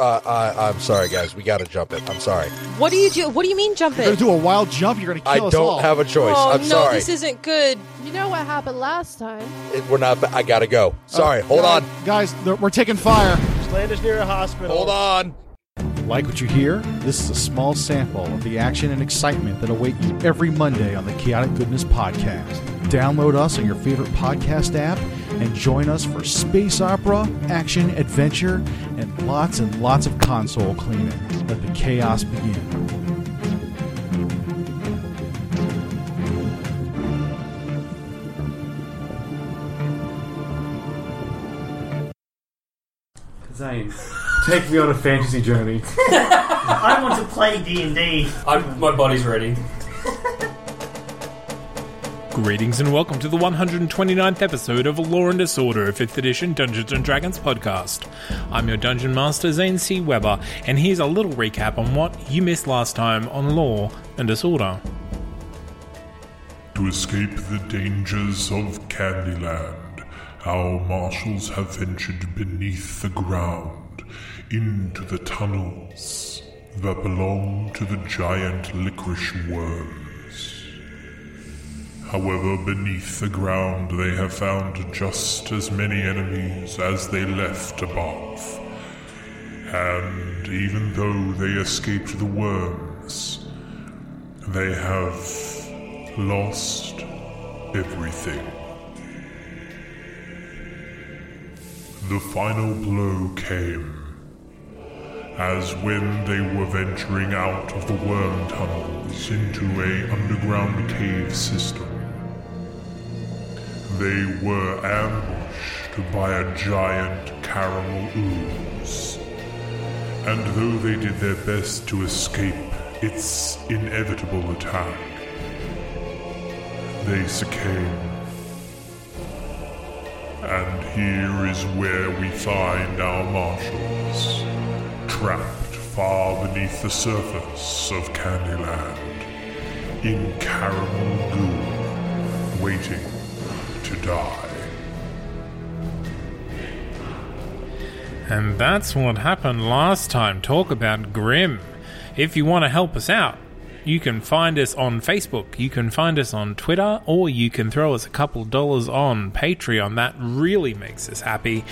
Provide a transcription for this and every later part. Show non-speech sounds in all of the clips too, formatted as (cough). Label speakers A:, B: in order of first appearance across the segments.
A: Uh, I, I'm sorry, guys. We got to jump it. I'm sorry.
B: What do you do? What do you mean jump
C: You're
B: it?
C: gonna do a wild jump. You're gonna kill
A: I
C: us
A: don't
C: all.
A: have a choice.
B: oh
A: I'm
B: no,
A: sorry.
B: this isn't good.
D: You know what happened last time?
A: It- we're not. I gotta go. Sorry. hold
C: Uh, Guys-
A: on.
C: guys. th- We're taking fire.
E: Land is near a hospital.
A: Hold on.
C: Like what you hear? This is a small sample of the action and excitement that await you every Monday on the Chaotic Goodness Podcast. Download us on your favorite podcast app and join us for space opera, action, adventure, and lots and lots of console cleaning. Let the chaos begin.
F: Zane, take me on a fantasy journey.
E: (laughs) I want to play D and D.
G: I'm, my body's ready.
H: Greetings and welcome to the 129th episode of Law and Disorder, 5th edition Dungeons and Dragons podcast. I'm your dungeon master, Zane C. Weber, and here's a little recap on what you missed last time on Law and Disorder.
I: To escape the dangers of Candyland, our marshals have ventured beneath the ground into the tunnels that belong to the giant licorice worms. However, beneath the ground they have found just as many enemies as they left above. And even though they escaped the worms, they have lost everything. The final blow came, as when they were venturing out of the worm tunnels into a underground cave system. They were ambushed by a giant caramel ooze and though they did their best to escape its inevitable attack, they succumbed. And here is where we find our marshals, trapped far beneath the surface of Candyland, in caramel goo, waiting to die.
H: And that's what happened last time. Talk about grim. If you want to help us out, you can find us on Facebook, you can find us on Twitter, or you can throw us a couple dollars on Patreon. That really makes us happy.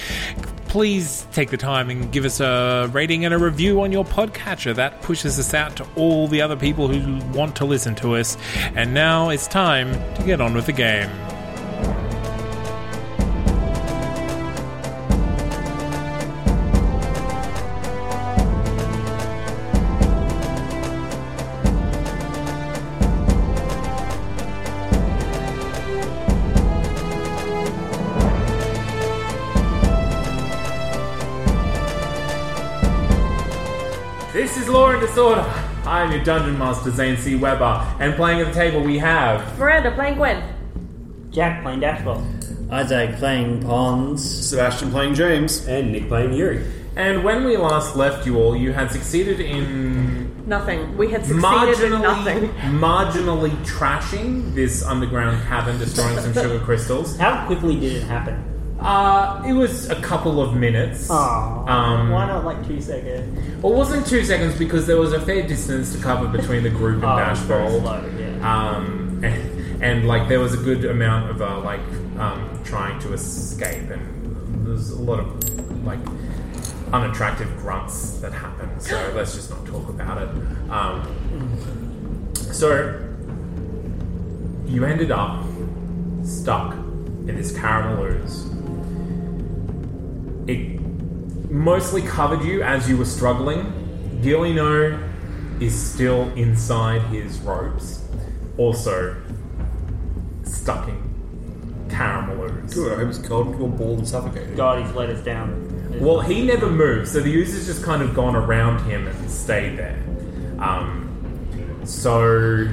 H: Please take the time and give us a rating and a review on your podcatcher. That pushes us out to all the other people who want to listen to us. And now it's time to get on with the game. This is Law and Disorder. I am your Dungeon Master, Zane C. Weber, and playing at the table we have.
B: Miranda playing Gwen.
E: Jack playing Dashwell.
G: Isaac playing Pons.
F: Sebastian playing James.
G: And Nick playing Yuri.
H: And when we last left you all, you had succeeded in
B: Nothing. We had succeeded in
H: marginally,
B: nothing.
H: marginally trashing this underground cavern, destroying some sugar crystals.
E: How quickly did it happen?
H: Uh, it was a couple of minutes.
E: Aww.
H: Um,
E: why not like two seconds?
H: Well, it wasn't two seconds because there was a fair distance to cover between the group and
E: Oh, it was very
H: Dashbowl.
E: slow, yeah.
H: um, and, and like there was a good amount of uh, like um, trying to escape, and there's a lot of like unattractive grunts that happen. So let's just not talk about it. Um, so you ended up stuck in this caramel ooze.
I: It mostly covered you as you were struggling. Gilino is still inside his robes, also stuck in caramelos.
D: Good, I hope it's cold into a ball and suffocated.
H: God, he's let us down.
I: Well, he never moved, so the user's just kind of gone around him and stayed there. Um, so,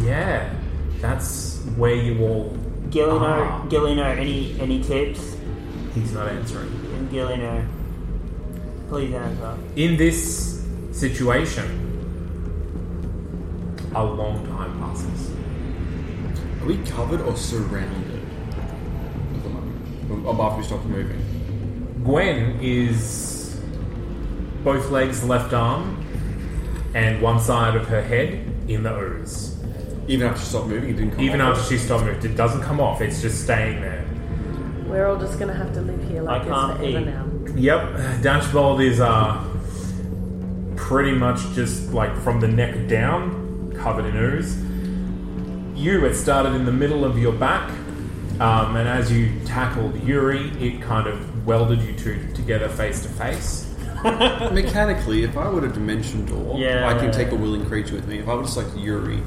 I: yeah, that's where you all.
H: Gillino,
I: Ah.
H: Gillino, any any tips?
I: He's not answering.
H: And Gillino, please answer.
I: In this situation, a long time passes.
D: Are we covered or surrounded at the moment? Um, After we stopped moving.
I: Gwen is both legs, left arm, and one side of her head in the ooze.
D: Even after she stopped moving, it didn't come
I: Even
D: off.
I: after she stopped moving, it doesn't come off. It's just staying there.
B: We're all just gonna have to live here like
H: I
B: this
H: can't
B: forever
H: eat.
B: now.
I: Yep, Dashbold is uh, pretty much just like from the neck down, covered in ooze. You, it started in the middle of your back, um, and as you tackled Yuri, it kind of welded you two together face
D: (laughs)
I: to face.
D: Uh, Mechanically, if I were to dimension door,
H: Yeah.
D: I can take a willing creature with me. If I were to select Yuri,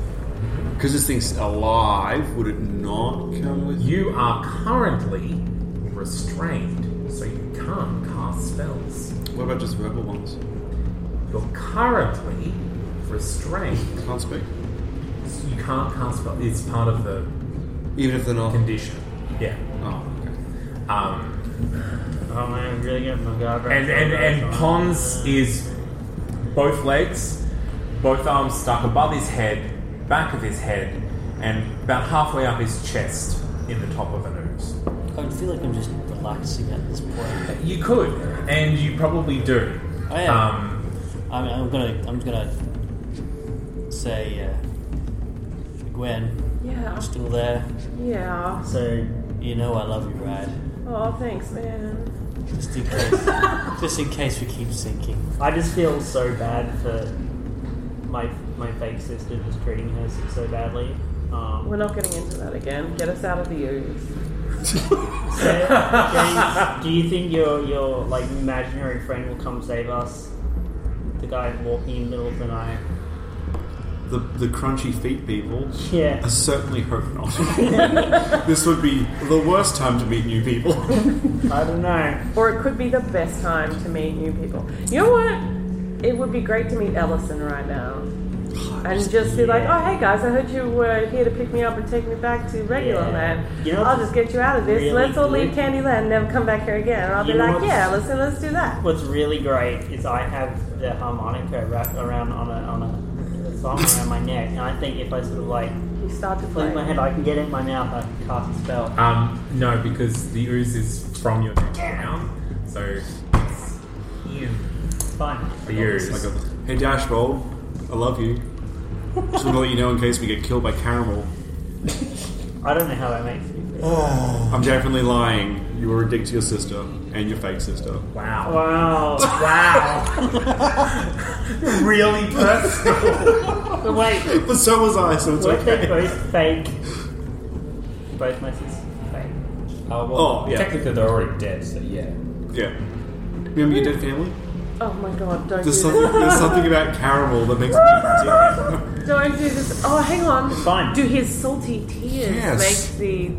D: because this thing's alive, would it not come with
I: You are currently restrained, so you can't cast spells.
D: What about just verbal ones?
I: You're currently restrained,
D: Can't speak.
I: so you can't cast spells. It's part of the
D: Even if they're not.
I: condition. Yeah.
D: Oh, okay.
I: Um,
H: Oh man, I'm really getting my guard Oh, right
I: And and and Pons is both legs, both arms stuck above his head, back of his head, and about halfway up his chest in the top of an ooze.
J: I feel like I'm just relaxing at this point.
I: You could, and you probably do.
J: I am.
I: Um,
J: I'm, I'm gonna, I'm gonna say, uh, Gwen,
B: Yeah.
J: I'm still there.
B: Yeah.
J: So you know I love you, right?
B: Oh, thanks, man.
J: Just in
B: (laughs)
J: case, just in case we keep sinking.
H: I just feel so bad for my my fake sister just treating her so badly. Um,
B: We're not getting into that again. Get us out of the ooze.
H: James, do you think your your like imaginary friend will come save us? The guy walking in the middle of the night.
D: The, the crunchy feet people.
H: Yeah.
D: I certainly hope not. this would be the worst time to meet new people.
H: I don't know.
B: Or it could be the best time to meet new people. You know what? It would be great to meet Ellison right now. And just be like, oh, hey guys, I heard you were here to pick me up and take me back to regular
H: Yeah.
B: land.
H: You know
B: I'll
H: what's
B: just get you out of this.
H: really
B: let's all leave
H: good?
B: Candyland and never come back here again. And I'll be
H: You know
B: like,
H: what's-
B: yeah, Ellison, let's do that.
H: What's really great is I have the harmonica wrapped around on a on a, a song around my neck, and I think if I sort of like
B: You start to play.
H: clean my head, I can get it in my mouth. I can cast a spell.
I: um, no, because the ooze is from your neck down, so it's in
H: Fine.
I: the ooze.
D: I got this. Hey, Dashbold, I love you. Just want to let you know in case we get killed by caramel.
H: I don't know how that makes me feel.
D: I'm definitely lying. You were a dick to your sister and your fake sister.
H: (laughs)
I: wow.
J: (laughs)
H: Wow.
I: Wow. really personal.
H: But
D: (laughs)
H: wait,
D: But so was I, so it's
H: what if they're
D: okay.
H: both fake? Both my sisters fake.
J: Oh, well,
D: Oh, yeah.
J: technically they're already dead, so yeah.
D: Yeah. Remember your dead family?
B: Oh my god, don't do
D: There's
B: this.
D: something, there's something about caramel that makes me sick.
B: Don't do this. Oh, hang on.
H: Fine.
B: Do his salty tears
D: Yes.
B: make the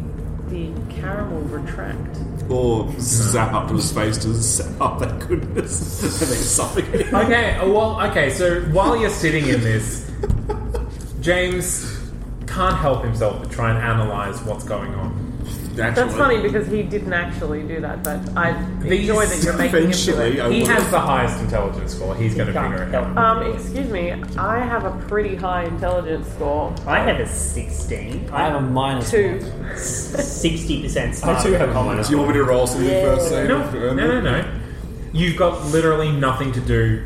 B: the caramel retract?
D: Or oh, zap up to his face to zap up that goodness. (laughs) and they suffocate.
I: Okay, uh, well, okay, so while you're sitting in this, James can't help himself but try and analyze what's going on.
B: That's funny because he didn't actually do that, but I
I: These-
B: enjoy that you're making him do
D: eventually,
B: it.
D: I
I: He
D: would've-
I: has the highest intelligence score. He's going to
H: Can't
I: figure it
H: help
I: out.
B: Um, excuse me, I have a pretty high intelligence score.
H: I have a 16.
J: I have a minus
B: Two.
H: sixty percent.
J: I do have a minus
D: Do you want me to roll something first? Sam?
I: No, no, no, no. You've got literally nothing to do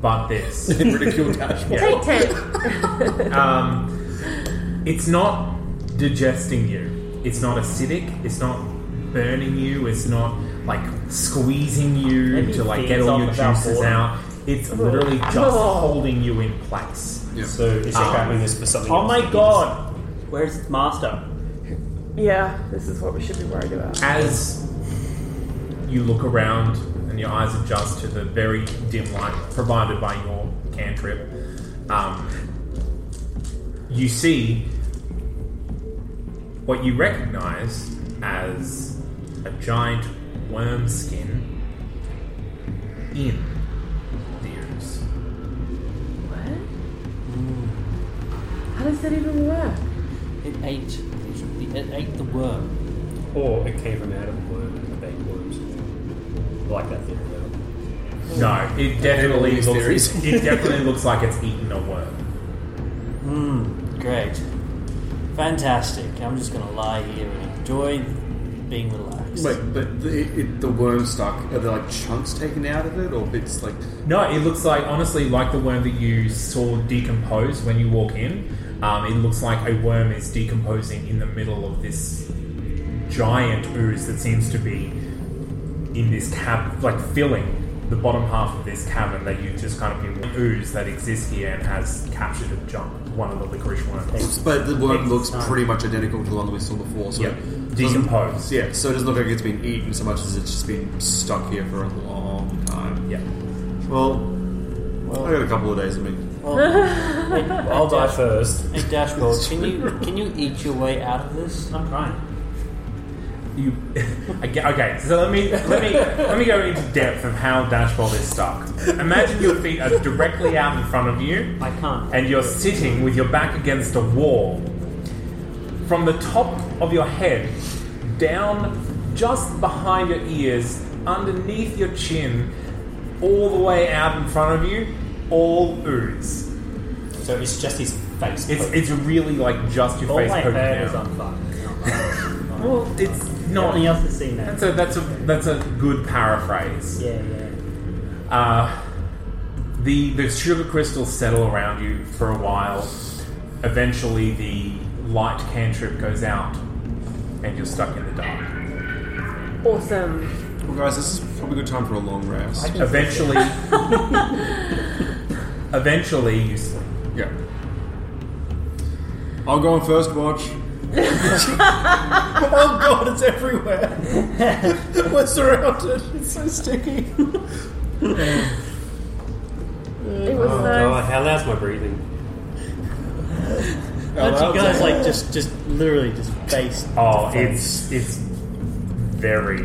I: but this.
D: (laughs)
I: (laughs)
D: Ridicule Dashbold.
B: Take ten.
I: Um, it's not digesting you. It's not acidic. It's not burning you. It's not like squeezing you
H: Maybe
I: to like
H: things
I: get all
H: off
I: your
H: without
I: juices
H: water.
I: out. It's literally just
B: Oh.
I: holding you in place.
J: So is
I: Um,
J: cramming this for something
H: Oh
J: else?
H: my god! Where's its master?
B: Yeah, this is what we should be worried about.
I: As you look around and your eyes adjust to the very dim light provided by your cantrip. Um, you see what you recognize as a giant worm skin in the ooze.
B: How does that even work?
C: It ate. It ate the worm.
K: Or it came from out of a worm and it ate worms. I like that theory. though.
I: No, it definitely
K: Everybody's
I: looks,
K: theories.
I: it definitely looks like it's eaten a worm.
C: Mmm, great. Fantastic. I'm just going to lie here and enjoy being relaxed.
H: Wait, but the, it, the worm stuck. Are there like chunks taken out of it, or bits like?
I: No, it looks like honestly like the worm that you saw decompose when you walk in. Um, it looks like a worm is decomposing in the middle of this giant ooze that seems to be in this cab, like filling the bottom half of this cavern that you've just kind of been ooze that exists here and has captured a giant one of the licorice worms.
H: But the worm
I: It's
H: looks
I: done.
H: pretty much identical to the one that we saw before. So
I: Yeah.
H: it doesn't-
I: Decomposed.
H: Yeah, so it doesn't look like it's been eaten so much as it's just been stuck here for a long time.
I: Yeah.
H: Well, I got a couple of days in me.
K: I'll die first.
C: Hey, Dashboard, can
H: (laughs)
C: you can you eat your way out of this? I'm trying.
I: You (laughs) okay, okay, so let me let me let me go into depth of how dashboard is stuck. Imagine your feet are directly out in front of you.
C: I can't.
I: And you're sitting with your back against a wall. From the top of your head down just behind your ears, underneath your chin, all the way out in front of you, all ooze.
K: So it's just his face.
I: It's it's really like just your
K: All
I: face
K: my
I: poking
K: hair
I: out.
K: is on fire.
I: Well, it's not.
L: Anyone else has seen that?
I: That's a that's a that's a good paraphrase.
L: Yeah, yeah.
I: Uh, the the sugar crystals settle around you for a while. Eventually, the light cantrip goes out, and you're stuck in the dark.
B: Awesome.
H: Well, guys, this is probably a good time for a long
L: (laughs)
H: rest.
I: Eventually, eventually you sleep.
H: Yeah. I'll go on first watch. (laughs) oh god,
C: (laughs)
H: it's everywhere. We're surrounded. It's so sticky.
B: It was
K: Oh god,
B: nice.
K: how loud's my
H: (laughs)
K: breathing?
C: Don't you guys like just just literally just face?
I: Oh,
C: to face?
I: it's it's very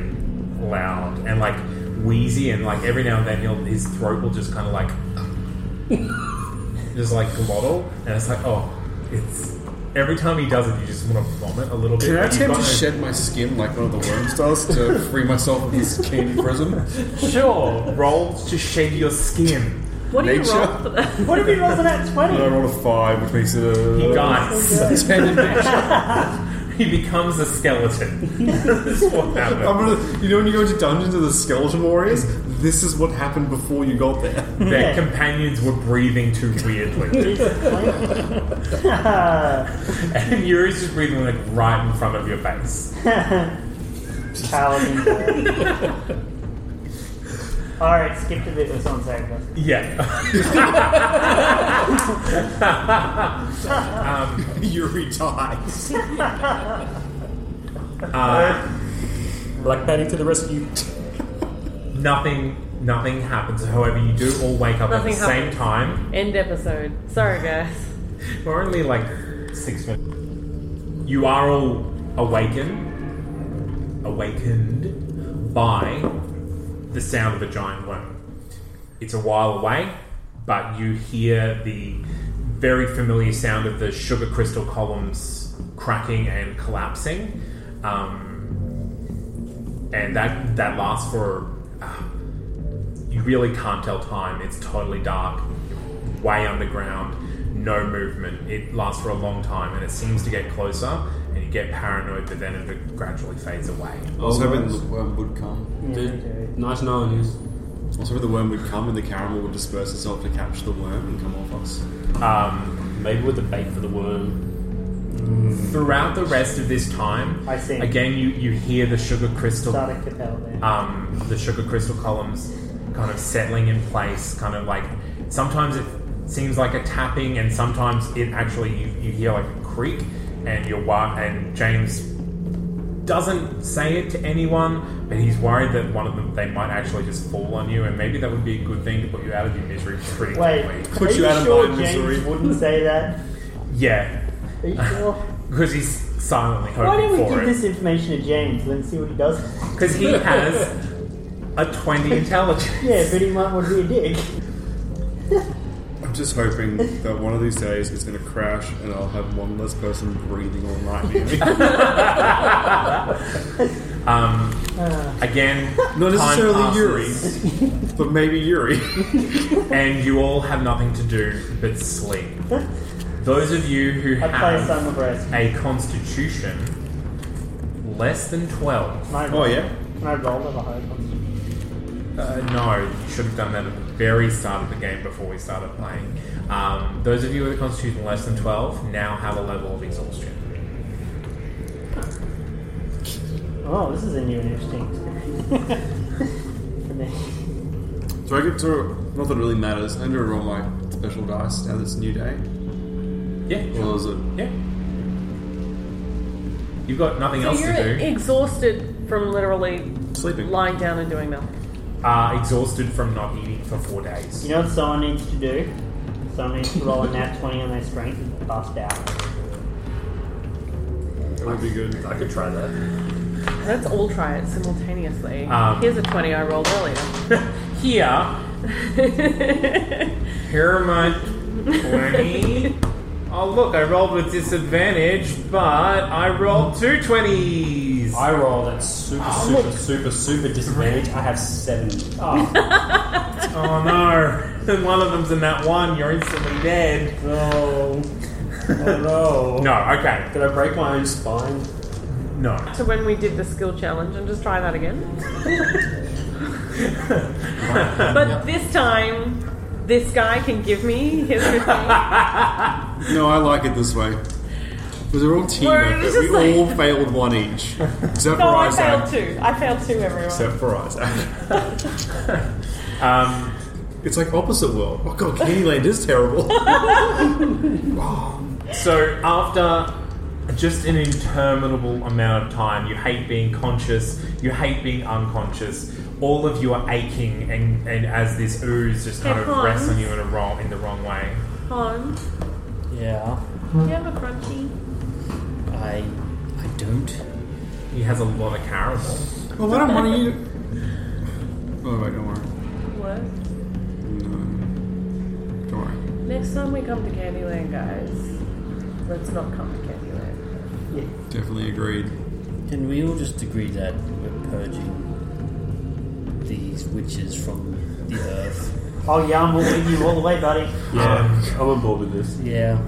I: loud and like wheezy, and like every now and then he'll, his throat will just kind of like just like glottal, and it's like oh, it's every time he does it, you just want to vomit a little bit.
H: Can I
I: but you've
H: attempt to
I: got no-
H: shed my skin like one of the worms does to free myself of this candy prison?
I: Sure, roll to shed your skin.
B: What do you
H: Nature?
B: roll for that?
L: What if he rolls an at
H: And I
L: 20?
H: rolled a five, which makes it a
I: He (laughs) dies.
H: ten in nature.
I: he becomes a skeleton. (laughs) That's what happened.
H: I'm gonna, you know when you go into Dungeons of the Skeleton Warriors? This is what happened before you got there.
I: (laughs) Their companions were breathing too weirdly. (laughs) and Yuri's just breathing like right in front of your face.
L: Paladin. Alright, skip to the bit where someone sacrificed.
I: Yeah.
H: Yuri dies.
I: (laughs) Uh,
K: Black Patty to the rescue.
I: nothing nothing happens. However, you do all wake up
B: Nothing
I: at the same
B: happens.
I: time.
B: End episode. Sorry, guys.
I: We're only like six minutes. You are all awakened, awakened by the sound of a giant worm. It's a while away, but you hear the very familiar sound of the sugar crystal columns cracking and collapsing, um, and that that lasts for. Uh, you really can't tell time. It's totally dark, way underground, no movement. It lasts for a long time and it seems to get closer and you get paranoid, but then it gradually fades away.
H: I was hoping the worm would come.
K: Dude, nice knowing you.
H: I was hoping the worm would come and the caramel would disperse itself to capture the worm and come off us.
I: Um,
K: Maybe with the bait for the worm.
I: throughout the rest of this time,
L: I see.
I: again, you, you hear the sugar crystal
L: Started Capel there.
I: um, the sugar crystal columns kind of settling in place, kind of like sometimes it seems like a tapping, and sometimes it actually you, you hear like a creak, and you're wa- and James doesn't say it to anyone, but he's worried that one of them they might actually just fall on you, and maybe that would be a good thing to put you out of your misery pretty
H: Wait,
I: quickly.
H: are you sure James wouldn't say that?
I: Yeah,
H: Are (laughs) you sure?
I: because he's silently
H: Why
I: hoping
H: don't we
I: for
H: give
I: it.
H: this information to James? Let's see what he does.
I: Because he has a twenty intelligence.
H: (laughs) yeah, but he might want to be a dick.
D: I'm just hoping that one of these days it's going to crash and I'll have one less person breathing all night near
H: (laughs)
D: me.
I: (laughs) Um,
H: Ah. (laughs)
I: again,
D: Not necessarily
I: Yuri,
D: but maybe Yuri.
I: and you all have nothing to do but sleep. Those of you who
H: I play
I: have
H: Summer Breast.
I: a constitution less than 12.
H: Can I
M: Oh,
H: roll- Can I roll with a high constitution?
I: Uh, no, you should have done that at the very start of the game before we started playing. Um, those of you with a constitution less than 12 now have a level of exhaustion.
H: Oh, this is a new and interesting experience. For me.
D: Do I get to. Not that it really matters. I'm going to roll my special dice now this new day.
I: Yeah.
D: Or is it.
I: Yeah. You've got nothing
B: So
I: else
B: you're
I: to do.
B: exhausted from literally
I: Sleeping.
B: lying down and doing nothing.
I: uh, exhausted from not eating for four days.
H: You know what someone needs to do? Someone needs to roll a nat 20 on their strength and bust out.
D: That would be good.
N: I could try that.
B: Let's all try it simultaneously.
I: Um,
B: Here's a 20 I rolled earlier.
I: Here, Pyramid 20. oh, look, I rolled with disadvantage, but I rolled two 20s.
N: I rolled at super,
I: Oh,
N: super,
I: look.
N: super, super disadvantage. I have seven. Oh,
I: Oh, no. And (laughs) one of them's in that one. You're instantly dead.
N: no. Oh, no.
I: No, okay.
N: Did I break my own spine?
I: No.
B: so when we did the skill challenge, and just try that
I: (laughs)
B: again. but this time, this guy can give me his
D: No, I like it this way. Because we're all team
B: We're
D: effort.
B: just
D: We
B: like-
D: all failed one
I: (laughs)
D: each. Except for
B: No, I
D: Isaac.
B: failed two. (laughs) I failed two, everyone.
D: Except for (laughs) Isaac.
I: Um,
D: It's like opposite world. Oh god, Candyland is terrible.
I: (laughs) So after just an interminable amount of time, you hate being conscious, you hate being unconscious. All of you are aching, and, and as this ooze just kind
B: Hey,
I: of
B: Hans.
I: rests on you in a wrong in the wrong way.
B: Han,
M: Yeah.
B: do you have a crunchy?
M: I. I don't.
I: He has a lot of
D: (laughs)
I: caramel.
D: well, why don't one of you. Oh, wait, don't worry.
B: What?
D: No. Don't worry.
B: Next time we come to Candyland, guys, let's not come to Candyland.
D: Definitely agreed.
M: Can we all just agree that we're purging these witches from the earth?
H: Oh, yeah, I'm with you all the way, buddy.
N: Yeah, I'm on board with this.
M: Yeah.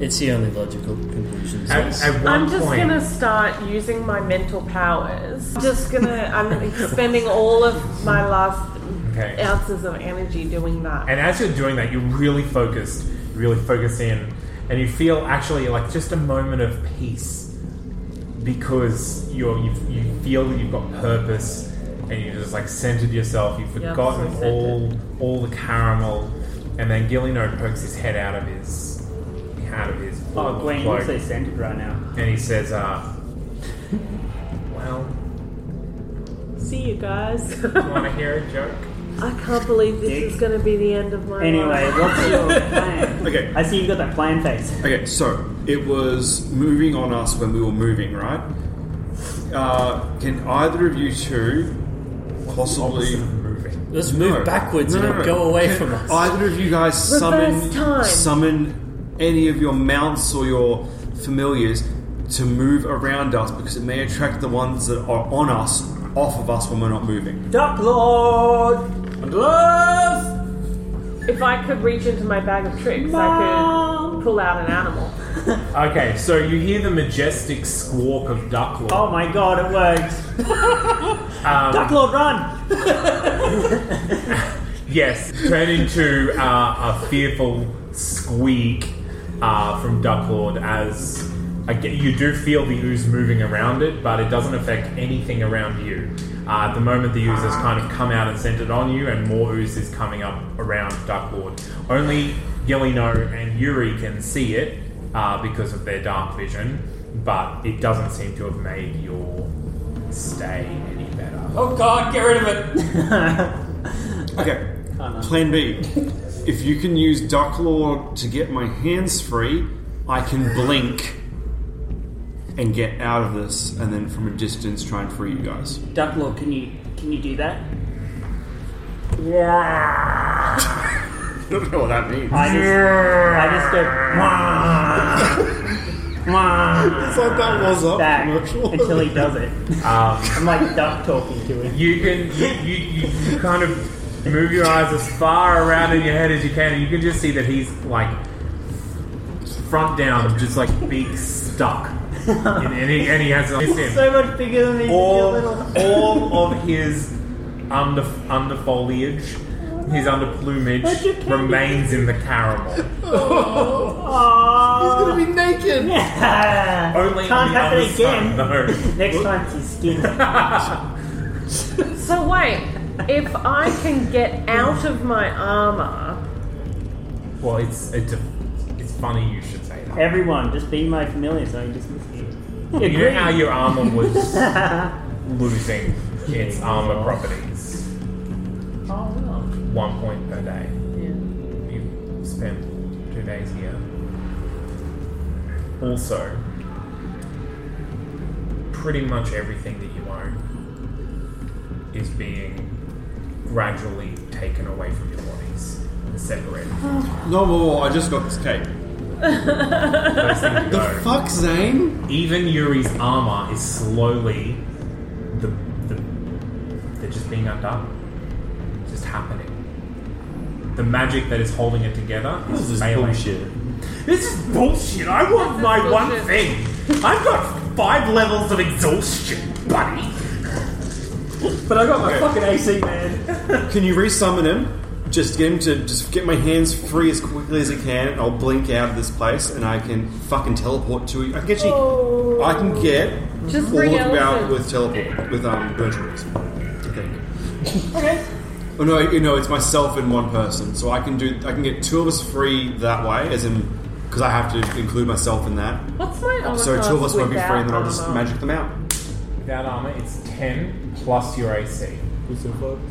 M: It's the only logical conclusion. so
I: At,
M: it's-
I: at one
B: I'm just
I: point,
B: gonna start using my mental powers. I'm just gonna. I'm expending all of my last
I: Okay.
B: ounces of energy doing that.
I: and as you're doing that, you're really focused, you really focus in, and you feel actually like just a moment of peace because you're you, you feel that you've got purpose, and you're just like centered yourself. You've
B: Yeah,
I: forgotten
B: so centered.
I: all all the caramel, and then Gillino pokes his head out of his out of his
H: Oh, Gwen,
I: cloak,
H: you're so centered right now.
I: and he says, uh, "Well,
B: See you guys.
I: you want to hear a joke?"
B: I can't believe this
H: Dick.
B: is gonna be the end of my
H: Anyway,
B: life.
H: what's your plan?
D: Okay.
H: I see you've got that plan face.
D: Okay, so it was moving on us when we were moving, right? Uh, can either of you two possibly
I: Moving.
M: Let's move
D: No.
M: backwards
D: No,
M: and
D: no,
M: it'll
D: no.
M: go away
D: Can
M: from us.
D: Either of you guys
B: Reverse
D: summon
B: time.
D: summon any of your mounts or your familiars to move around us because it may attract the ones that are on us off of us when we're not moving.
H: Duck Lord! And love!
B: If I could reach into my bag of tricks, I could pull out an animal.
I: Okay, so you hear the majestic squawk of Ducklord.
H: Oh my god, it
D: (laughs)
H: worked!
D: Um,
H: Duck Lord, run!
I: Yes, turn into uh, a fearful squeak uh, from Ducklord as again, you do feel the ooze moving around it, but it doesn't affect anything around you. Uh, at the moment, the ooze has kind of come out and centered on you, and more ooze is coming up around Ducklord. Only Gillino and Yuri can see it uh, because of their dark vision. but it doesn't seem to have made your stay any better.
O: Oh god, get rid of it!
D: Okay. Plan B. If you can use Duck Law to get my hands free, I can blink and get out of this, and then from a distance try and free you guys.
H: Ducklaw, can you can you do that?
D: (laughs) I don't know what that means.
H: I just, I just go.
D: It's like that was up
H: back
D: commercial.
H: until he does it. I'm like duck talking to him.
I: Um, You can you, you, you kind of move your eyes as far around in your head as you can, and you can just see that he's like front down, just like beak stuck, and, and, he, and he has like, it's him.
H: so much bigger than these
I: all
H: little. (laughs)
I: all of his under under foliage, his under plumage remains in the caramel.
D: He's gonna be naked!
I: Only
H: Can't
I: on the other
H: happen again.
I: side, though.
H: Next time he's skin.
I: (laughs)
B: So wait, if I can get out of my armor,
I: Well, it's it's a, it's funny you should say that.
H: Everyone, just be my familiar so I can just
I: You know how your armor
H: (laughs)
I: was
H: oh
I: losing its armor properties. One point per day. You spent two days here. Also, pretty much everything that you own is being gradually taken away from your bodies and separated.
D: No, whoa, whoa, I just got this cake.
I: Those things go.
D: Fuck, Zane!
I: Even Yuri's armor is slowly the, the they're just being undone. It's just happening. The magic that is holding it together is failing. This is bullshit. I want my one thing. I've got five levels of exhaustion, buddy.
P: But I got my fucking AC, man.
D: Can you resummon him? Just get him to just get my hands free as quickly as I can, and I'll blink out of this place, and I can fucking teleport to you. I can actually, I can get
B: Oh. Just
D: all
B: bring
D: about
B: Ellison.
D: with teleport with um virtual I think.
B: Okay.
D: Oh no, you know it's myself and one person, so I can do I can get two of us free that way, as in because I have to include myself in that.
B: What's my armor?
D: so two of us won't be free, and then I'll
B: will
D: just magic them out.
I: Without armor, it's ten plus your AC.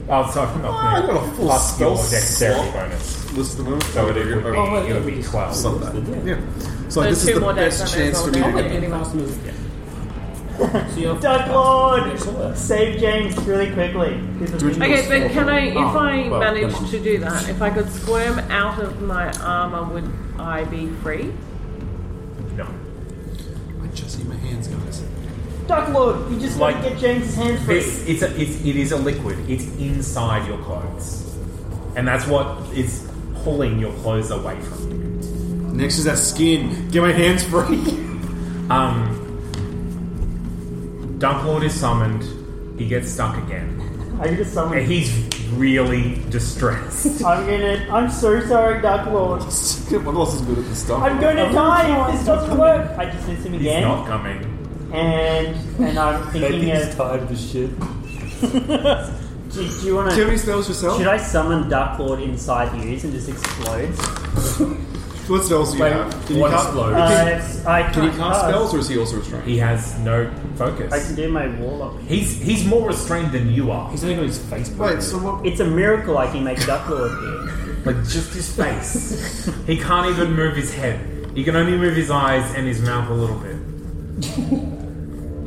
I: Oh, sorry, not
D: Ah, I got a full
I: plus your
D: spell
I: dexterity
D: slot.
I: bonus.
D: List of them.
I: So it would be,
D: Oh, wait,
I: it would be twelve.
D: it's not bad. Yeah. So this
B: two
D: is the
B: more days
D: best
B: on it,
D: chance
B: so
D: for me to
B: I'll
D: get
B: get (laughs)
H: Duck Lord! Save James really quickly.
B: Okay, but can I, if
P: Oh,
B: I
P: well, come
B: managed
P: on.
B: to do that, if I could squirm out of my armor, would I be free?
I: No.
D: I just need my hands, guys.
H: Duck Lord, you just
I: Like-
H: want to get James' hands free.
I: This it's a, it's, it is a liquid. It's inside your clothes, and that's what is pulling your clothes away from you.
D: Next is that skin. Get my hands free.
I: (laughs) Um, Dark Lord is summoned. He gets stuck again.
H: I can just summon
I: And he's really distressed.
H: I'm gonna. I'm so sorry, Duck Lord.
D: (laughs) what else is good at this stuff?
H: I'm gonna die if this doesn't work. I just miss him
I: He's
H: again,
I: not coming.
H: and and I'm
P: Maybe
H: thinking
P: he's
H: of.
P: tired of this shit.
H: (laughs) Do, do you want
D: Do you have any
H: to?
D: spells yourself?
H: Should I summon Duck Lord inside Hughes and just explode?
D: What spells do you
I: Wait,
D: have? Can you
I: what
D: cast
I: explodes?
H: Uh,
D: Can,
H: it's- I can't
D: can you cast
H: cast.
D: spells, or is he also restrained?
I: He has no
H: I can
I: focus.
H: do my warlock.
I: He's he's more restrained than you are.
P: He's only got his face broken.
D: Wait, so what?
H: It's a miracle I can make Duck Lord here.
I: Like just his face. he can't even move his head. He can only move his eyes and his mouth a little bit.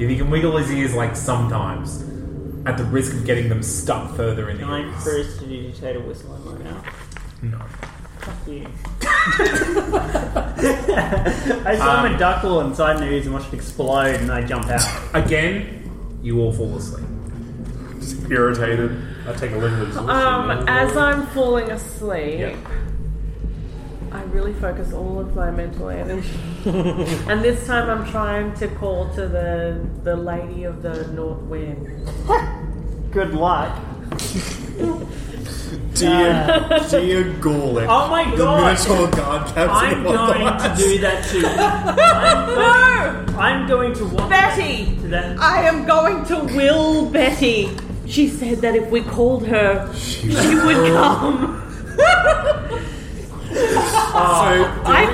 I: if he can wiggle his ears like sometimes, at the risk of getting them stuck further in the
H: Can I
I: ears.
H: first digitate a whistle in my mouth?
I: No.
H: Fuck you. (laughs) I summon
I: Um,
H: Duck Lord inside News and watch it explode, and I jump
D: (laughs)
H: out.
I: Again, you all fall asleep.
P: irritated. I take a look at his
B: Um, as I'm falling asleep,
P: Yeah.
B: I really focus all of my mental energy. and this time I'm trying to call to the the lady of the north wind.
H: Good luck.
D: Dear, dear Gorlick.
H: uh, Oh my
D: the
H: god!
D: Minotaur guard captain.
H: I'm going to do that
B: (laughs)
H: too. I'm,
B: No!
H: I'm going to walk
B: Betty!
H: to that.
B: I am going to will Betty. She said that if we called her, she, would come.
H: Oh,
B: I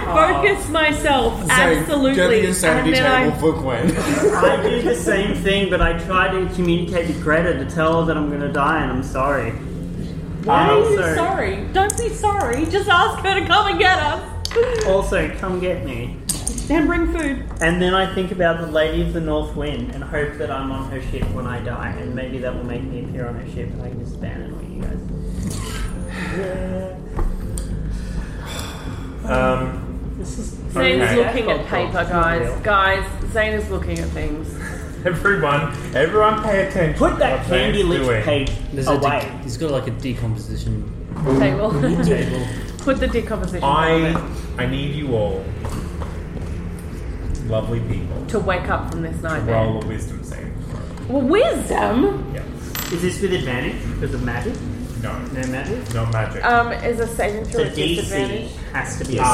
B: focus myself absolutely, and then I
D: I do the same thing, but I try to communicate to Greta to tell her that I'm going to die and I'm sorry.
B: Why
D: And
B: are you
D: also-
B: sorry? Don't be sorry. Just ask her to come and get us.
D: Also, come get me.
B: And bring food.
D: And then I think about the Lady of the North Wind and hope that I'm on her ship when I die, and maybe that will make me appear on her ship and I can just ban it on you guys.
H: Um,
D: this is
B: Zane is
H: Okay.
B: looking at paper, guys.
H: real.
B: Guys, Zane is looking at things.
H: Everyone, everyone pay attention.
D: Put that
H: What
D: candy
H: Zane's
D: lich
H: doing.
D: page
Q: There's a
D: away.
Q: de- he's got like a decomposition
B: Table.
Q: table.
B: Put the decomposition on
H: I,
B: it
H: I need you all, lovely people,
B: to wake up from this
H: to
B: nightmare.
H: roll a wisdom save.
B: Well, wisdom
D: Is this with advantage? Because of magic?
H: No.
D: No magic?
H: No magic.
B: um, is a saving
D: So
B: throw at
D: DC
B: disadvantage.
D: has to be
H: Uh,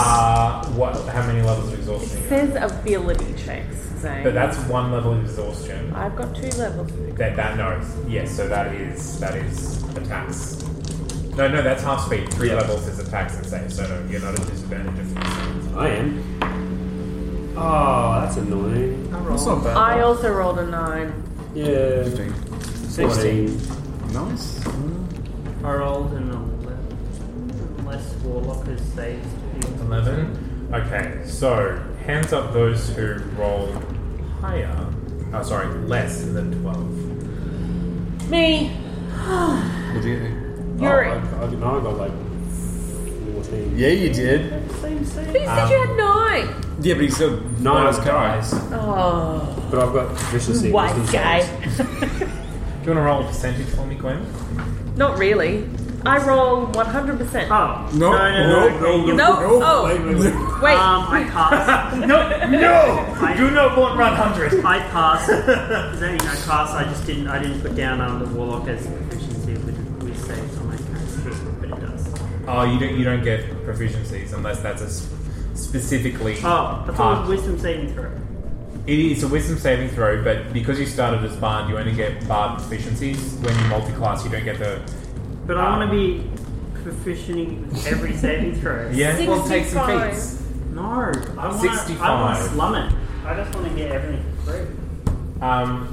H: what? How many levels of exhaustion? you
B: Says ability checks, Zane.
H: have? But that's one level of exhaustion.
B: I've got two levels.
H: That that knows. Yes. So that is that is attacks. No, no, that's half speed. Three levels is attacks and save. So no, you're not at disadvantage. If you-
Q: I am. Oh, that's annoying.
I: That's not bad.
B: I also rolled a nine.
Q: Yeah.
I: 15.
Q: 16.
I: Nice.
B: Uh,
D: I rolled an 11. Unless Warlock has saved.
H: Eleven. Okay. So hands up those who rolled higher. Oh, sorry, less than twelve.
B: Me. (sighs) You're-
Q: Oh, I, I, no, I got like 14.
I: Yeah, you did.
B: Same, same. Who said
Q: Um,
B: you had nine?
I: Yeah, but he's still
Q: Nine
I: wise guy.
Q: guys.
B: Oh,
Q: But I've got vicious
B: wise
Q: (laughs)
B: guy. (laughs)
H: Do you want to roll a percentage for me, Gwen?
B: Not really. I roll 100%.
D: Oh.
I: No,
D: no,
I: no, no, no,
B: No, oh. Wait.
D: Um, I pass. (laughs) no, no! I do not want 100. I (laughs) pass. Does that mean I pass? I just didn't. I didn't put down um, the warlock as proficiency with with saves on my character, but it does.
H: Oh, you don't you don't get proficiencies unless that's a s- specifically.
D: Oh, I thought it was wisdom saving throw.
H: It is a wisdom saving throw, but because you started as bard, you only get bard proficiencies. When you multi-class, you don't get the.
D: But I want to be proficient in every saving throw.
H: Yeah, well, take some
B: 65.
H: feats.
D: No, I want. I want to
H: 65.
D: slum it. I just want to get everything free.
H: Um,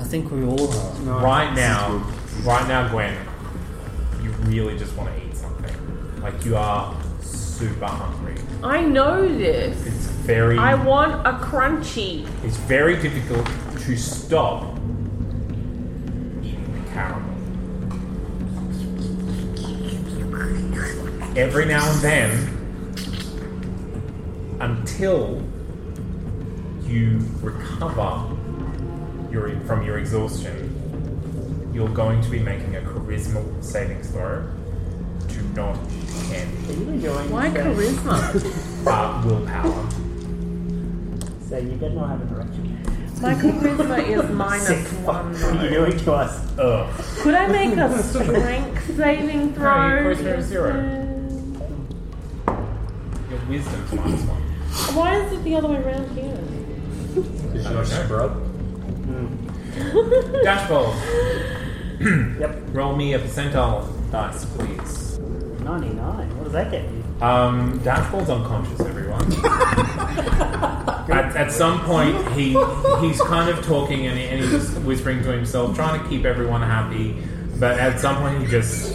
Q: I think we all are.
H: right now, right now, Gwen, you really just want to eat something. Like you are super hungry.
B: I know this.
H: It's very,
B: I want a crunchy.
H: it's very difficult to stop eating the caramel. Every now and then, until you recover your, from your exhaustion, you're going to be making a charisma savings throw to not
D: Are
H: candy,
D: you enjoying
B: Why
D: yourself?
B: charisma?
H: but willpower.
D: So you better not have an erection.
B: My charisma is minus one.
D: (laughs) What are you doing to us?
H: Ugh.
B: Could I make a strength saving
H: No, your
B: throw?
H: charisma is zero. Your wisdom's minus one.
B: Why is it the other way around here?
Q: Is
H: I don't know.
Q: scrub?
H: Dashbold,
D: Yep.
H: roll me a percentile dice, please.
D: 99. What does that get me?
H: Um, Dashbold's unconscious, everyone. at, at some point, he he's kind of talking and, he, and he's just whispering to himself, trying to keep everyone happy. But at some point, he just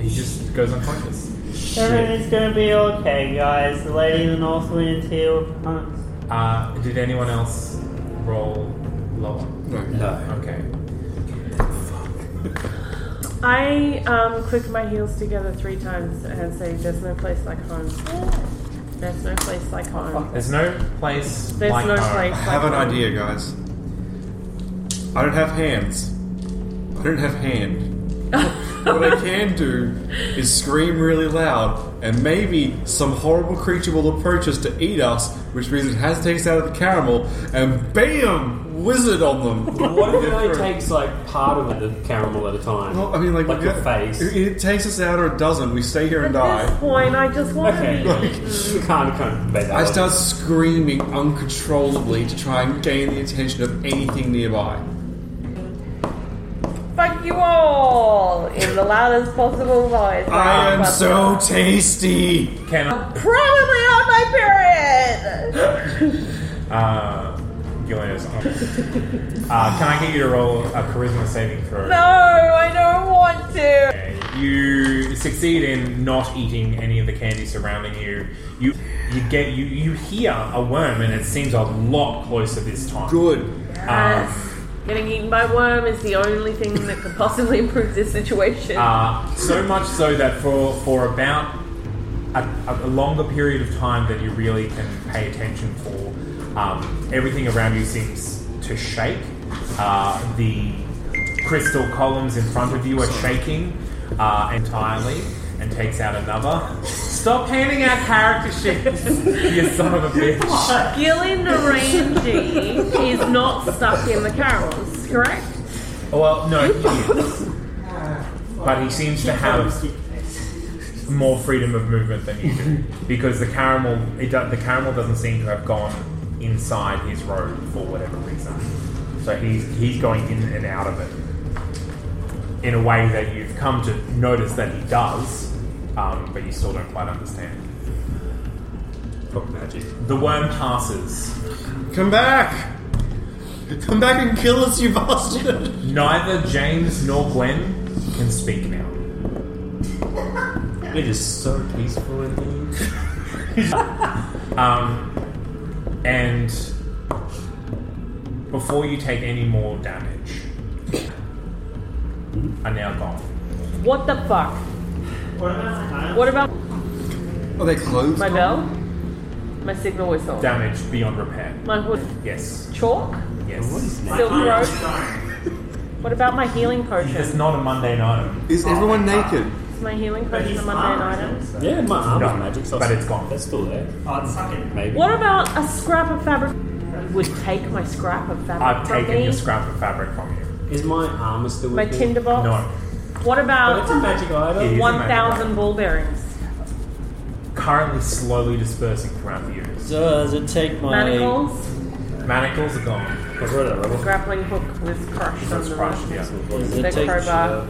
H: he just goes unconscious.
D: Everything's gonna be okay, guys. The lady in the north wind is here with the hunts.
H: Uh, did anyone else roll lower?
Q: No.
H: Okay.
B: (laughs) I um, click my heels together three times and say, "There's no place like home. There's no place like home.
H: There's no place
B: There's
H: like
B: no
H: home.
B: place
I: I
B: like
I: have an
B: home."
I: idea, guys. I don't have hands. I don't have hand. what I can do is scream really loud, and maybe some horrible creature will approach us to eat us, which means it has to take us out of the caramel, and BAM! Wizard on them. (laughs)
Q: What if it only takes like part of the caramel at a time?
I: Well, I mean, like,
Q: like
I: we
Q: your
I: got- (laughs)
Q: face.
I: It, it takes us out or it doesn't. We stay here
B: At
I: and
B: this
I: die.
B: point, I just want
Q: Okay,
B: to
Q: like, you can't, can't debate that.
I: I
Q: one.
I: start screaming uncontrollably to try and gain the attention of anything nearby.
B: Fuck you all in the loudest possible voice.
I: I am so tasty.
H: Can
B: I'm probably on my period.
H: Uh, Gillian is- uh, can I get you to roll a charisma saving throw?
B: No, I don't want to.
H: You succeed in not eating any of the candy surrounding you. You you get you you hear a worm, and it seems a lot closer this time.
I: Good.
H: Um,
B: Getting eaten by a worm is the only thing that could possibly improve this situation.
H: uh, so much so that for for about a, a longer period of time than you really can pay attention for, um, everything around you seems to shake. Uh, the crystal columns in front of you are shaking uh, entirely. And takes out another. Stop handing out character sheets, (laughs) you son of a bitch.
B: Gillian Narangi is not stuck in the carols, correct?
H: Oh, Well, no, he is. But he seems to have more freedom of movement than you do because the caramel it, do- the caramel doesn't seem to have gone inside his robe for whatever reason. So he's he's going in and out of it in a way that you've come to notice that he does, um, but you still don't quite understand.
I: Fuck magic.
H: The worm passes.
I: Come back. Come back and kill us, you bastard.
H: Neither James nor Gwen can speak now.
I: It is so peaceful in here.
H: (laughs) Um, and before you take any more damage, are now gone.
B: What the fuck? What about
I: Are they closed?
B: my bell? My signal whistle.
H: Damage beyond repair.
B: My hood.
H: Yes.
B: Chalk?
H: Yes.
B: Silver rope? What about my healing potion?
H: It's not a mundane item.
I: Is everyone naked?
B: Is my healing potion a mundane item?
Q: Yeah, my arm
H: No,
Q: is magic, so
H: but
Q: it's-
H: it's gone.
Q: That's still there. Oh, it's sucking. Maybe.
B: What about a scrap of fabric? You would take my scrap of fabric
H: I've
B: from
H: taken
B: me?
H: your scrap of fabric from you.
Q: Is my armor still with
B: My
Q: me?
B: tinderbox?
H: No.
B: What
Q: But it's a
B: about
Q: magic item.
H: It is a magic
B: 1,000 ball bearings?
H: Currently slowly dispersing throughout the years.
G: So does it take my
B: Manacles?
H: Manacles are gone.
Q: What's wrong with that, Rebel?
B: Grappling hook was crushed on
H: That's
B: the
H: crushed,
B: rock.
H: yeah.
G: Does
B: The
G: it take
B: crowbar.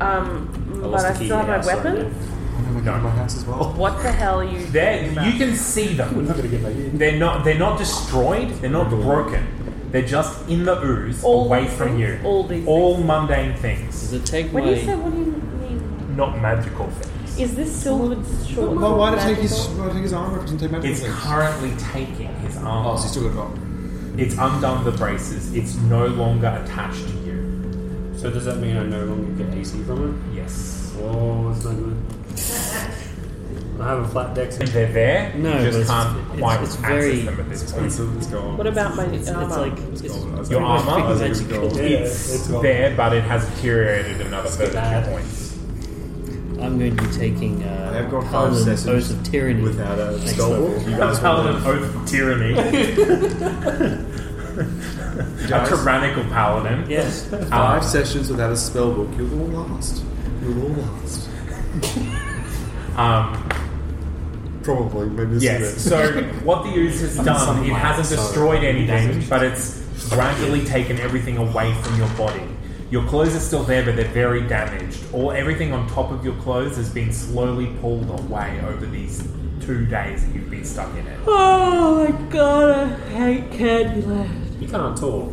B: Um,
Q: I
B: but
Q: lost
B: I
Q: the key
B: still have
Q: now,
B: my
Q: so-
B: weapons.
I: My house as well.
B: What the hell are you?
H: There,
B: talking about?
H: you can see them.
Q: not gonna get back in.
H: They're not. They're not destroyed. They're not broken. They're just in the ooze,
B: All
H: away
B: these
H: from
B: things?
H: you.
B: All these
H: All mundane things,
G: Does it take
B: What
G: my
B: do you say? What do you mean?
H: not magical things.
B: Is this silver short?
I: Why, why did take his why did take his armor? Doesn't take magic.
H: It's
I: things?
H: currently taking his arm.
I: Oh, so he's still got it on.
H: It's undone the braces. It's no longer attached to you.
Q: So does that mean I no longer get AC from
H: Yes.
Q: it? Oh, that's not good. I have a flat deck. so-
H: They're there.
G: No,
H: you
G: but
H: just
G: it's-
H: can't
G: it's-
H: quite
G: it's
H: access
G: very-
H: them at this point.
I: It's gone.
B: What about my
G: It's,
B: armor?
G: it's like it's, it's
H: Your
G: pretty much
H: armor?
G: big
H: Oh,
G: as
I: it's
G: actually
I: gold.
G: cool.
Q: Yeah,
H: It's
Q: it's gone.
H: there, but it has deteriorated another
Q: It's
H: thirty-two
Q: bad.
H: points.
G: I'm going to be taking uh,
I: I have got five
G: Paladin Oath
I: sessions
G: of Tyranny.
I: without a
G: Next
I: skull.
G: level.
I: You guys
H: Paladin
I: want
H: oath
Q: (laughs)
H: of tyranny. A
I: Guys?
H: tyrannical paladin. Uh,
G: Yes.
I: five sessions without a spell book. You'll all last. You'll all last.
H: Um,
I: Probably. Maybe this
H: Yes.
I: is it.
H: So what the ooze has done, it hasn't destroyed anything, but it's gradually taken everything away from your body. Your clothes are still there, but they're very damaged. All everything on top of your clothes has been slowly pulled away over these two days that you've been stuck in it.
B: Oh my god, I hate Candyland.
Q: You can't talk.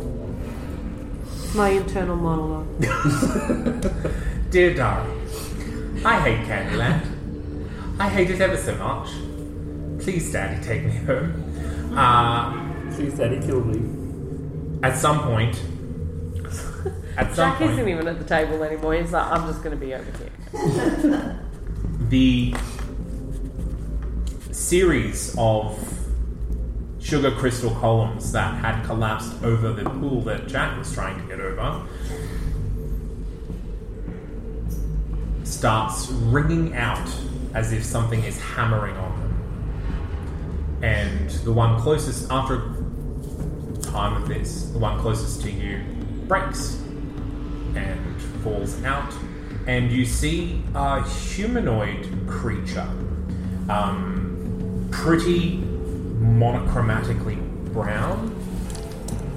B: My internal monologue.
H: Dear darling, I hate Candyland. I hate it ever so much. Please, Daddy, take me home. Uh,
Q: Please, Daddy, kill me.
H: at some point. At some
B: Jack
H: point.
B: isn't even at the table anymore. He's like, I'm just going to be over here.
H: the series of sugar crystal columns that had collapsed over the pool that Jack was trying to get over starts ringing out as if something is hammering on them. And the one closest, after a time of this, the one closest to you breaks and falls out, and you see a humanoid creature, um, pretty monochromatically brown.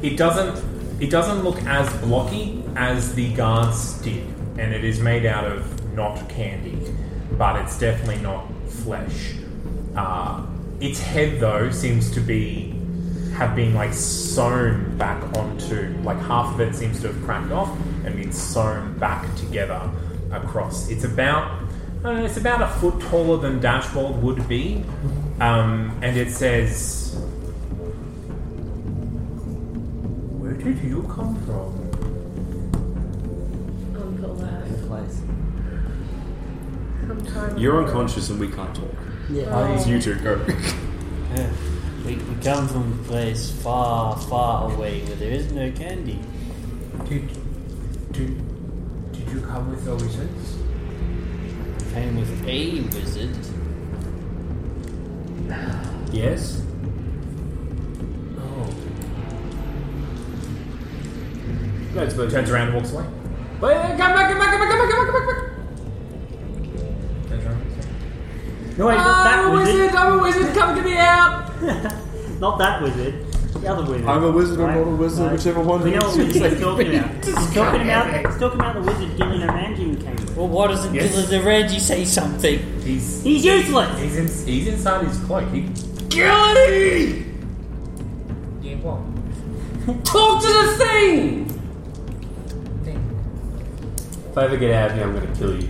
H: It doesn't It doesn't look as blocky as the guard's did, and it is made out of not candy, but it's definitely not flesh. Uh, its head, though, seems to be have been like sewn back onto, like half of it seems to have cracked off and been sewn back together across. It's about uh, it's about a foot taller than Dashbold would be, um, and it says, "Where did you come from?"
B: I'm alive.
G: place.
B: I'm trying
I: You're unconscious and we can't talk.
G: Yeah.
I: I think it's you two go.
G: Yeah. We, we come from a place far, far away where there is no candy.
H: Did, did, did you come with the wizards?
G: Came with a wizard.
Q: Yes?
H: Oh.
Q: That's about
H: Turns around and walks away.
Q: Wait, come back, come back, come back, come back, come back, come back.
H: Turns around. and walks away.
D: No, wait, not that
Q: I'm a wizard,
D: wizard.
Q: I'm a wizard, come get me out!
D: Not that wizard. The other wizard.
I: I'm a wizard or
D: right?
I: not a wizard,
D: Right.
I: whichever one
D: We
I: it
D: know what
I: is.
D: wizard
I: It's
D: he's
I: (laughs)
D: talking
I: like-
D: about. He's talking about, he's talking about the wizard Gillian Arangian came with.
G: Well, why doesn't
H: Yes.
G: Gillian Reggie say something?
H: He's
D: He's useless!
H: he's, in, he's inside his cloak. He
Q: Guilty!
H: yeah, what?
Q: (laughs) Talk to the thing!
H: Thing.
Q: If I ever get out of here, I'm gonna kill you.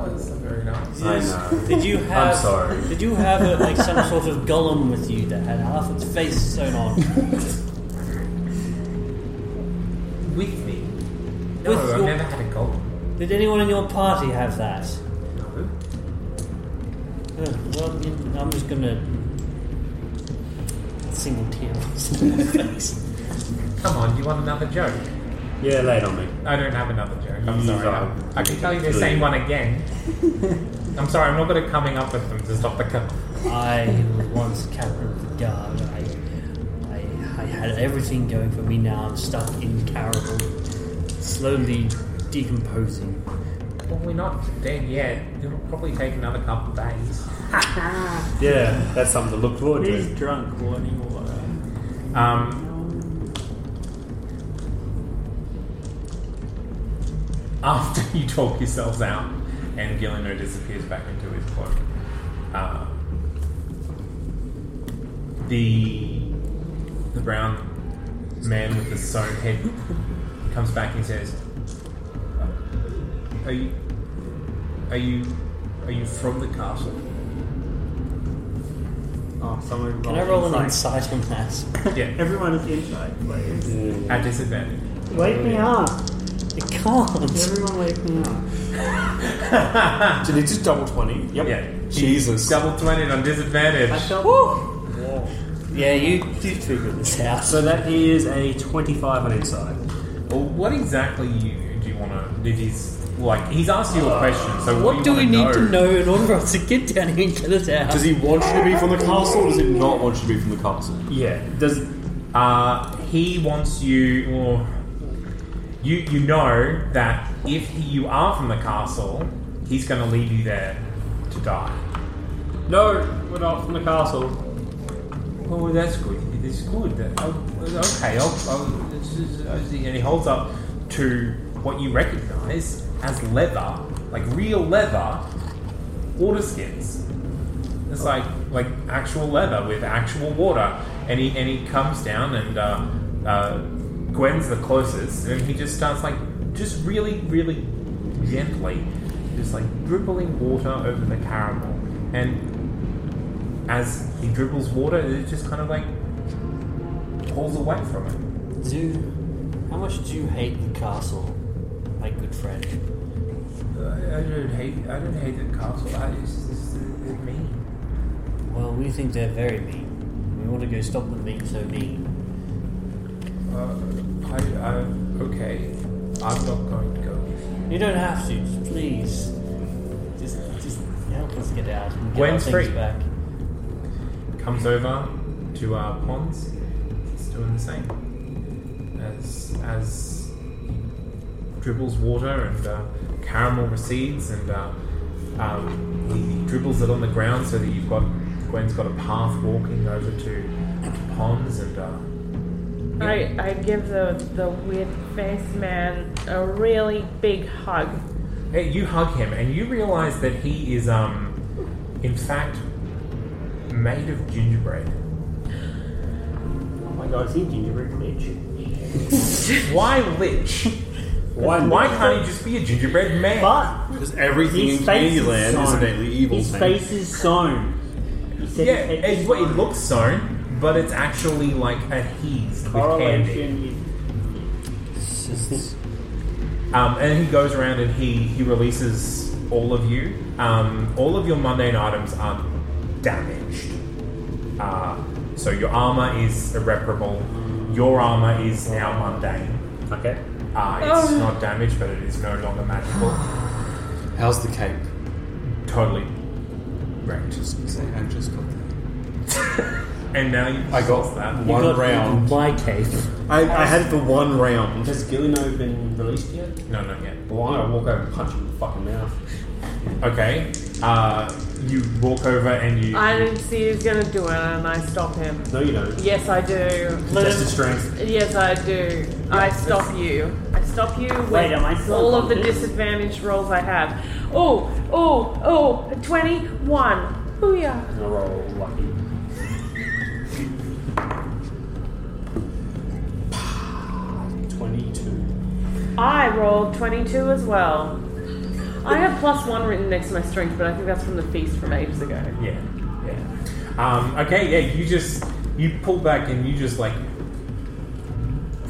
H: Oh, that's not very nice.
Q: I
G: Yes.
Q: know.
G: Did you
Q: I'm
G: have?
Q: sorry.
G: Did you have a, like some sort of golem with you that had half its face sewn
Q: (laughs)
G: on
H: With me. No,
G: With
H: I've
G: your-
H: never had a gold.
G: Did anyone in your party have that?
H: No.
G: Uh, well, you- I'm just gonna single tear.
H: (laughs) Come on, you want another joke?
Q: Yeah, lay it on me.
H: I don't have another joke. I'm
Q: You
H: sorry.
Q: are-
H: I, I can tell you the same
Q: (laughs)
H: one again. I'm sorry. I'm not good at coming up with them to stop the cut.
G: I was once captain of the guard. I, I, I had everything going for me. Now I'm stuck in Caribou, slowly decomposing.
H: Well, we're not dead yet. It'll probably take another couple of days.
Q: Yeah, that's something to look forward
D: He's
Q: to.
D: drunk, what do you want?
H: Um, after (laughs) you talk yourselves out, and Gillino disappears back into his cloak, uh, the the brown man with the sewn head comes back and says, "Are you are you are you from the castle?"
D: Oh, someone
G: Can I
D: rolled
G: roll an
D: insight.
G: insight on that?
H: Yeah,
D: Everyone is inside, please.
H: at disadvantage.
D: Wake me up.
G: I can't.
D: Everyone wake me up.
I: Did he just double 20? Yep.
H: Yeah,
I: Jesus.
H: double twenty on disadvantage.
D: I felt
G: Yeah, you you figure this out.
Q: So that is a 25 on inside.
H: Well, what exactly you, do you want to? Did he's like he's asked you a question. So what,
G: What do we
H: you
G: need
H: wanna
G: to know in order for us to get down here and get it out?
I: Does he want you to be from the castle or does he not want you to be from the castle?
Q: Yeah. Does
H: Uh, he wants you. Or you you know that if he, you are from the castle, he's going to leave you there to die.
Q: No, we're not from the castle.
H: Oh, that's good. That's good. That- oh, Okay, I'll, I'll, this is, I see. and he holds up to what you recognise as leather, like real leather, water skins. It's like like actual leather with actual water, and he and he comes down and uh, uh, Gwen's the closest, and he just starts like just really really gently, just like dribbling water over the caramel, and as he dribbles water, it just kind of like pulls away from it.
G: Do how much do you hate the castle, my good friend?
H: I, I don't hate. I don't hate the castle. I just, it's, it's mean.
G: Well, we think they're very mean. We want to go stop them being so mean.
H: Uh, I, I, okay, I'm not going to go with you.
G: You don't have to, just please. Just, just help us get out and get
H: Gwen's
G: our things
H: free.
G: back.
H: Comes over to uh, Pons. It's doing the same as as he dribbles water and uh, caramel recedes and uh, um, he dribbles it on the ground so that you've got Gwen's got a path walking over to Pons and. Uh,
B: I, I give the, the weird faced man a really big hug.
H: Hey, you hug him, and you realize that he is, um, in fact, made of gingerbread.
I: Oh my god, is he a gingerbread bitch?
H: Why lich? Why,
I: not?
H: why can't he just be a gingerbread man?
I: But
R: Because everything
I: his
R: in
I: face is
R: Candyland is
I: sewn.
R: an evil
I: His
R: thing.
I: face is sewn. He said
H: yeah,
I: his head
H: it's what it looks sewn, but it's actually like adhesed with candy. Um, and he goes around and he, he releases all of you. Um, all of your mundane items are damaged. Uh, so your armor is irreparable. Your armor is now mundane.
I: Okay.
H: Uh, it's
I: Oh.
H: not damaged, but it is no longer magical.
R: How's the cape?
H: Totally.
R: Right. Just I just got
H: (laughs) And now you
R: I got
H: that.
R: one round.
I: My cape.
R: I, I had it for one round.
I: Has Gilino been released yet?
H: No, not yet.
I: Well, I'm gonna walk over and punch him in the fucking mouth.
H: Okay. Uh, you walk over and you.
B: I didn't see he's gonna do it and I stop him.
I: No, you don't.
B: Yes, I do.
I: Contested strength.
B: Yes, I do. I stop you. I stop you with
I: Wait, am I still
B: all of the
I: unconscious?
B: disadvantage rolls I have. Oh, oh, oh, 21. Booyah.
I: And I roll lucky. Twenty-two.
B: I rolled 22 as well. I have plus one written next to my strength, but I think that's from the feast from ages ago.
H: Yeah, yeah. Um, okay, yeah. You just you pull back and you just like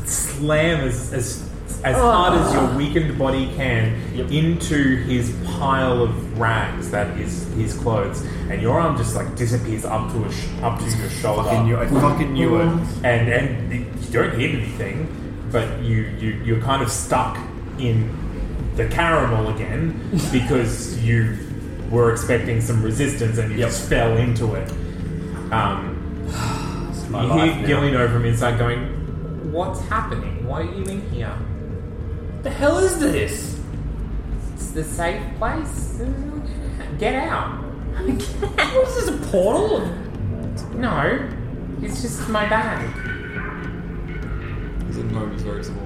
H: slam as as as hard as your weakened body can into his pile of rags that is his clothes, and your arm just like disappears up to a sh- up to your shoulder.
R: fucking knew- I fucking knew it.
H: And and you don't hit anything, but you you you're kind of stuck in the
I: (laughs)
H: caramel again because you were expecting some resistance and you just fell into it.
I: (sighs)
H: Um,
I: my
H: you hear
I: life now.
H: Gillian from inside going, "What's happening? Why are you in here? The hell is this? It's the safe place. Mm. Get out! (laughs) what is this a portal? No, it's just my bag.
R: Is it no, he's very small.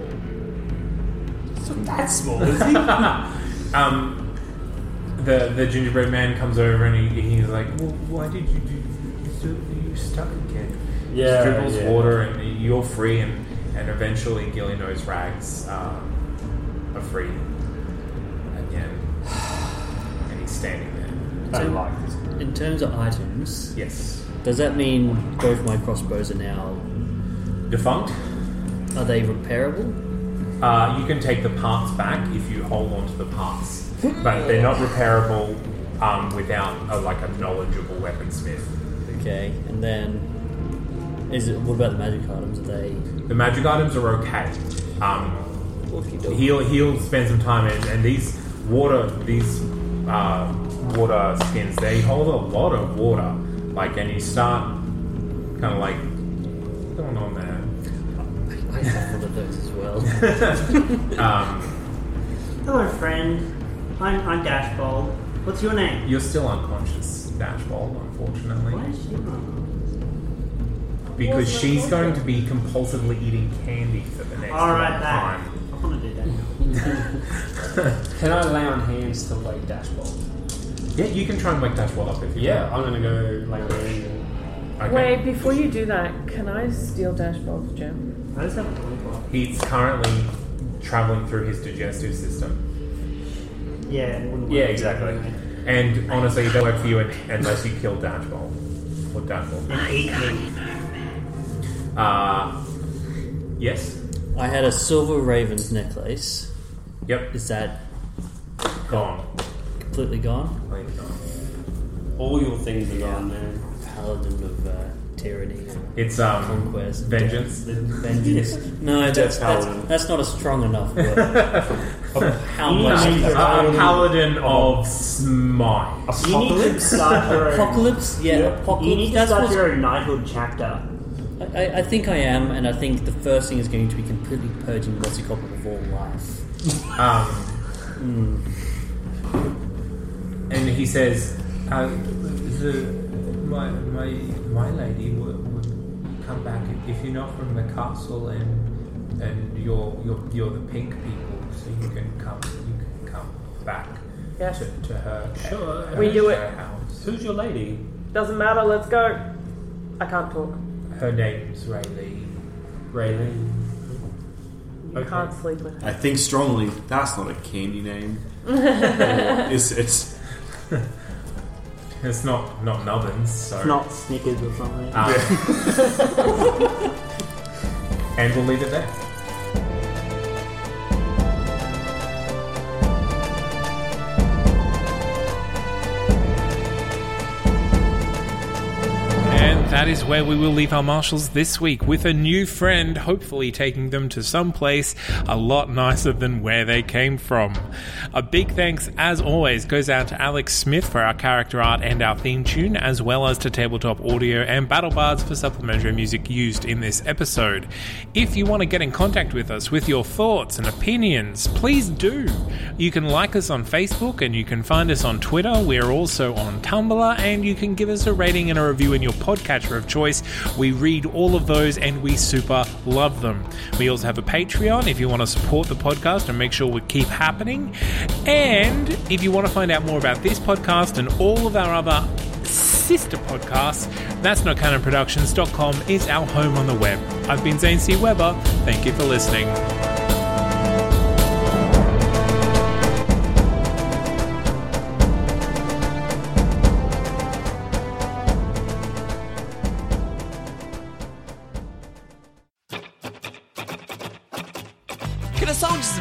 I: It's not that small, is he?
H: (laughs) um, the the gingerbread man comes over and he, he's like, well, why did you do? You, you stuck again.
I: Yeah,
H: Just dribbles
I: yeah.
H: water and you're free, and and eventually Gilly knows rags um, are free again, (sighs) and he's standing there.
I: I like
H: this.
I: In terms of items,
H: Yes.
I: does that mean both my crossbows are now
H: Defunct.
I: Are they repairable?
H: Uh, you can take the parts back if you hold on to the parts, but they're not repairable um, without a, like a knowledgeable weaponsmith.
I: Okay, and then is it? What about the magic items? Are they?
H: The magic items are okay. Um, he'll he'll spend some time in, and these water these uh, water skins they hold a lot of water. Like, and you start kind of like, what's going on there?
I: I have one of those as well.
H: Um,
D: Hello, friend. I'm, I'm Dashball. What's your name?
H: you're still unconscious, Dashbold, unfortunately.
D: Why is she
H: Because
D: Wasn't
H: she's
D: unconscious.
H: going to be compulsively eating candy for the next
D: All right,
H: long
D: that.
H: time.
D: I want to do that.
I: Can I lay on hands to like dashboard?
H: Yeah, you can try and wake Dashbold up if you
I: Yeah, I'm gonna go lay on hands.
H: want. Okay.
B: Wait, before you do that, can I steal Dashboard's gem?
D: I just have a lollipop.
H: He's currently traveling through his digestive system.
D: Yeah, it wouldn't work.
H: Yeah, exactly. And honestly, it doesn't work for you un- unless you kill Dashbolt. Or Dashbolt.
D: And eat me.
H: Uh, yes?
I: I had a silver raven's necklace.
H: Yep.
I: Is that
H: Gone.
I: completely gone?
H: Completely gone.
I: All your things are gone, man. Paladin of uh, tyranny. and
H: It's, um,
I: conquest.
H: vengeance.
I: death, (laughs) vengeance. no, that's, that's
R: paladin.
I: that's not a strong enough (laughs) word. How much?
H: A,
I: is
D: Um,
H: a paladin of smite.
D: You need to start your own.
I: Apocalypse, yeah, apocalypse.
D: You need to
I: that's
D: start
I: what's-
D: your own knighthood chapter.
I: I, I- I think I am, and I think the first thing is going to be completely purging Gossicop of all life.
H: Um, and he says, uh, the, my, my, my lady w- w-
S: come back if, if you're not from the castle and and you're you're, you're the pink people, so you can come you can come back
B: Yes.
S: to, to her.
B: Sure. We do it.
S: her house.
T: Who's your lady?
B: Doesn't matter, let's go. I can't talk.
S: Her name's Rayleigh. Rayleigh.
B: You can't sleep with her.
U: I think strongly that's not a candy
B: (laughs)
U: name. it's, it's
V: It's not not nubbins, so
D: It's not Snickers or something.
V: Ah. and we'll leave it there.
H: And that is where we will leave our marshals this week with a new friend, hopefully taking them to some place a lot nicer than where they came from. A big thanks, as always, goes out to Alex Smith for our character art and our theme tune, as well as to Tabletop Audio and Battle Bards for supplementary music used in this episode. If you want to get in contact with us with your thoughts and opinions, please do. You can like us on Facebook and you can find us on Twitter. We're also on Tumblr, and you can give us a rating and a review in your podcatcher of choice. We read all of those and we super love them. We also have a Patreon if you want to support the podcast and make sure we keep happening. And if you want to find out more about this podcast and all of our other sister podcasts, that's not canonproductions.com is our home on the web. I've been Zane C. Weber. Thank you for listening.
A: Can a song just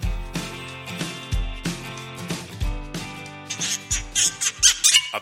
W: A